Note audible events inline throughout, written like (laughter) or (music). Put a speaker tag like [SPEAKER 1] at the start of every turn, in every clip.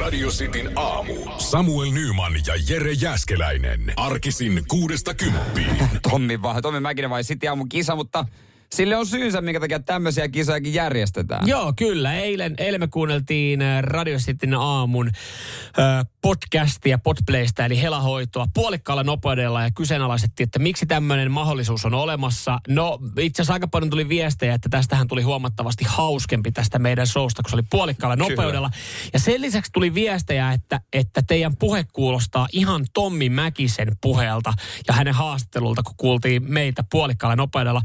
[SPEAKER 1] Radio Cityn aamu. Samuel Nyman ja Jere Jäskeläinen. Arkisin kuudesta kymppiin.
[SPEAKER 2] Tommi, va- Tommi Mäkinen vai City aamun kisa, mutta sille on syynsä, minkä takia tämmöisiä kisojakin järjestetään.
[SPEAKER 3] Joo, kyllä. Eilen, eilen me kuunneltiin äh, Radio Cityn aamun äh, podcastia Podplaystä, eli helahoitoa, puolikkaalla nopeudella ja kyseenalaistettiin, että miksi tämmöinen mahdollisuus on olemassa. No, itse asiassa aika paljon tuli viestejä, että tästähän tuli huomattavasti hauskempi tästä meidän showsta, kun se oli puolikkaalla nopeudella. Ja sen lisäksi tuli viestejä, että, että teidän puhe kuulostaa ihan Tommi Mäkisen puheelta ja hänen haastattelulta, kun kuultiin meitä puolikkaalla nopeudella.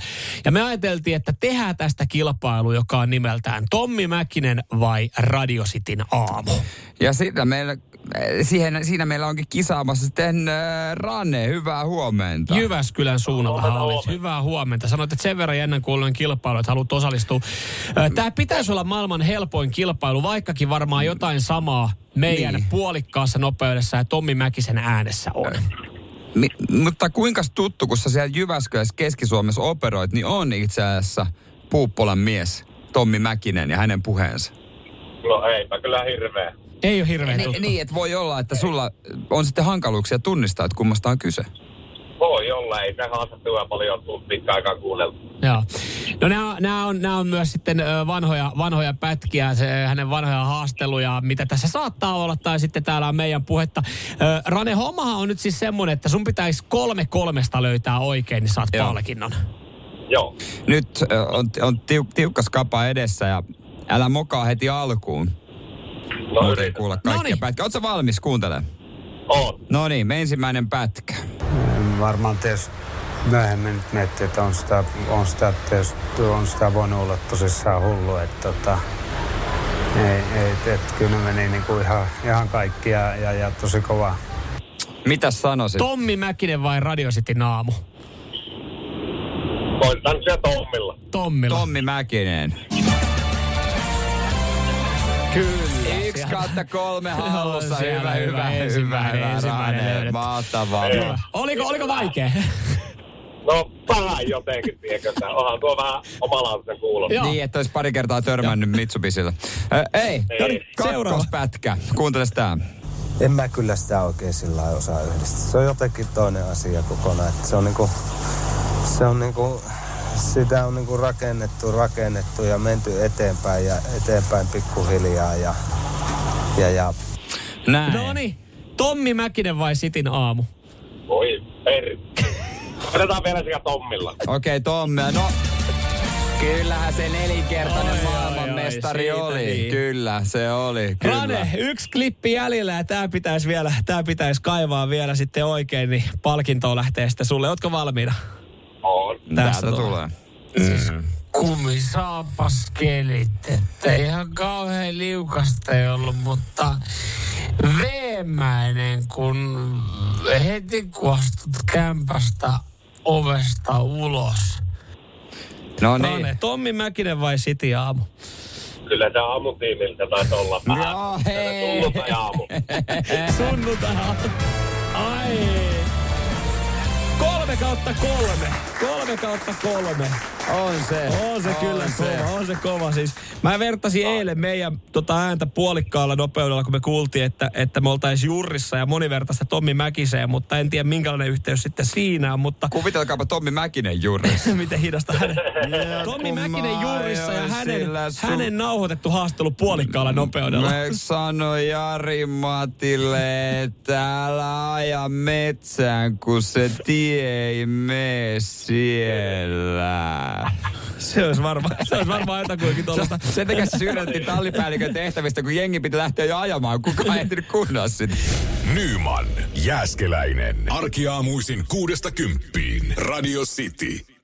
[SPEAKER 3] Ja me ajateltiin, että tehdään tästä kilpailu, joka on nimeltään Tommi Mäkinen vai Radio Cityn aamu.
[SPEAKER 2] Ja siinä meillä, siihen, siinä meillä onkin kisaamassa sitten äh, Rane, hyvää huomenta.
[SPEAKER 3] Jyväskylän suunnalta hallit. Hyvää huomenta. Sanoit, että sen verran jännän kuulunen kilpailu, että haluat osallistua. Tämä pitäisi olla maailman helpoin kilpailu, vaikkakin varmaan jotain samaa meidän
[SPEAKER 2] Niin.
[SPEAKER 3] niin. puolikkaassa nopeudessa ja Tommi Mäkisen äänessä on.
[SPEAKER 2] Mi- mutta kuinka tuttu, kun sä siellä Jyväskylässä Keski-Suomessa operoit, niin on itse asiassa Puuppolan mies Tommi Mäkinen ja hänen puheensa.
[SPEAKER 4] No eipä kyllä hirveä.
[SPEAKER 3] Ei ole hirveän
[SPEAKER 2] Ni-
[SPEAKER 3] tuttu.
[SPEAKER 2] niin, että voi olla, että sulla on sitten hankaluuksia tunnistaa, että kummasta on kyse.
[SPEAKER 4] Voi olla, ei tähän haastattelua paljon tuu pitkään aikaa kuunneltu.
[SPEAKER 3] Joo. No nämä, nämä, on, nämä on myös sitten ö, vanhoja, vanhoja pätkiä, se, hänen vanhoja haasteluja, mitä tässä saattaa olla, tai sitten täällä on meidän puhetta. Ö, Rane, hommahan on nyt siis semmoinen, että sun pitäisi kolme kolmesta löytää oikein, niin saat
[SPEAKER 2] Joo.
[SPEAKER 3] Joo. palkinnon.
[SPEAKER 4] Joo.
[SPEAKER 2] Nyt ö, on, on tiuk- tiukka skapa edessä ja älä mokaa heti alkuun.
[SPEAKER 4] No
[SPEAKER 2] Muuten ei
[SPEAKER 4] yritän.
[SPEAKER 2] kuulla kaikkia
[SPEAKER 3] Noniin.
[SPEAKER 2] pätkiä. Ootko sä valmis kuuntelemaan?
[SPEAKER 4] Oot.
[SPEAKER 2] No niin, me ensimmäinen pätkä.
[SPEAKER 5] Varmaan tietysti myöhemmin nyt miettii, että on sitä, on sitä, tietysti, on sitä voinut olla tosissaan hullu. Että, tota, ei, ei, et, kyllä ne meni niinku ihan, ihan kaikki ja, ja, ja tosi kova.
[SPEAKER 2] Mitä sanoisit?
[SPEAKER 3] Tommi Mäkinen vai Radio City naamu?
[SPEAKER 4] Voin tanssia Tommilla.
[SPEAKER 3] Tommilla.
[SPEAKER 2] Tommi Mäkinen.
[SPEAKER 3] Kyllä.
[SPEAKER 2] Yksi kautta kolme hallussa.
[SPEAKER 3] Joo, siellä
[SPEAKER 2] Hyvä,
[SPEAKER 3] hyvä,
[SPEAKER 2] hyvä, hyvä,
[SPEAKER 3] ensimmäinen,
[SPEAKER 2] hyvä.
[SPEAKER 3] ensimmäinen
[SPEAKER 2] Rane.
[SPEAKER 3] löydetty.
[SPEAKER 2] Mahtavaa.
[SPEAKER 3] Hyvä. Oliko, oliko vaikea?
[SPEAKER 4] No paha jotenkin, tiedätkö sä. Onhan tuo vähän omalaatuisen kuulosta.
[SPEAKER 3] Joo.
[SPEAKER 2] Niin, että olisi pari kertaa törmännyt Mitsubisilla. Ö, ei, no niin,
[SPEAKER 3] Seuraava.
[SPEAKER 2] kakkospätkä. Kuunteles tää.
[SPEAKER 6] En mä kyllä sitä oikein sillä lailla osaa yhdistää. Se on jotenkin toinen asia kokonaan. Että se on niinku, se on niinku, sitä on niinku rakennettu, rakennettu ja menty eteenpäin ja eteenpäin pikkuhiljaa ja, ja, ja
[SPEAKER 2] Näin.
[SPEAKER 3] No niin. Tommi Mäkinen vai Sitin aamu?
[SPEAKER 4] Voi per. Otetaan vielä sekä Tommilla.
[SPEAKER 2] Okei, Tommi. No, kyllähän se nelinkertainen
[SPEAKER 3] Oi, oi,
[SPEAKER 2] maailmanmestari
[SPEAKER 3] oi, siitä
[SPEAKER 2] oli.
[SPEAKER 3] niin.
[SPEAKER 2] Kyllä, se oli. Kyllä.
[SPEAKER 3] Rane, yksi klippi jäljellä ja tämä pitäisi vielä, tää pitäis kaivaa vielä sitten oikein, niin palkintoon lähtee sitten sulle. Ootko valmiina?
[SPEAKER 4] On.
[SPEAKER 2] Tästä
[SPEAKER 3] Tästä
[SPEAKER 2] tulee.
[SPEAKER 3] tulee.
[SPEAKER 2] tulee.
[SPEAKER 3] Kumisaapas kelit, että ihan kauhean liukasta ei ollut, mutta veemäinen, kun heti kun astut kämpästä ovesta ulos.
[SPEAKER 2] No
[SPEAKER 3] Rane,
[SPEAKER 2] niin.
[SPEAKER 3] Tommi Mäkinen vai Siti Aamu?
[SPEAKER 4] Kyllä se aamutiimiltä taisi olla vähän.
[SPEAKER 2] Joo, hei.
[SPEAKER 4] Tulluta aamu.
[SPEAKER 3] Sunnuntai. Ai. Kolme kautta kolme. Kolme kautta kolme.
[SPEAKER 2] On se.
[SPEAKER 3] On se on kyllä se.
[SPEAKER 2] se.
[SPEAKER 3] kova, on se kova siis. Mä vertasin eilen meidän tota ääntä puolikkaalla nopeudella, kun me kuultiin, että, että me oltaisiin jurrissa ja monivertaista Tommi Mäkiseen, mutta en tiedä minkälainen yhteys sitten siinä on, mutta
[SPEAKER 2] Kuvitelkaapa Tommi Mäkinen (laughs) juuri.
[SPEAKER 3] (laughs) miten hidasta hänen. Tommi
[SPEAKER 2] kun
[SPEAKER 3] Mäkinen
[SPEAKER 2] mä
[SPEAKER 3] jurrissa ja
[SPEAKER 2] ajoin
[SPEAKER 3] hänen,
[SPEAKER 2] sillä sun- Mm,
[SPEAKER 3] hänen nauhoitettu haastelu puolikkaalla nopeudella.
[SPEAKER 2] Me sanoi Jari Matille, että älä aja metsään, kun se tie ei mene siellä.
[SPEAKER 3] (laughs) Se olisi varmaan, se olisi varmaan jotakuinkin tuollaista.
[SPEAKER 2] (laughs) Se tekee syrjätti tallipäällikön tehtävistä, kun jengi piti lähteä jo ajamaan. Kukaan ei ehtinyt kuunnella sitä.
[SPEAKER 1] Nyman, Jääskeläinen. Arkiaamuisin kuudesta kymppiin. Radio City.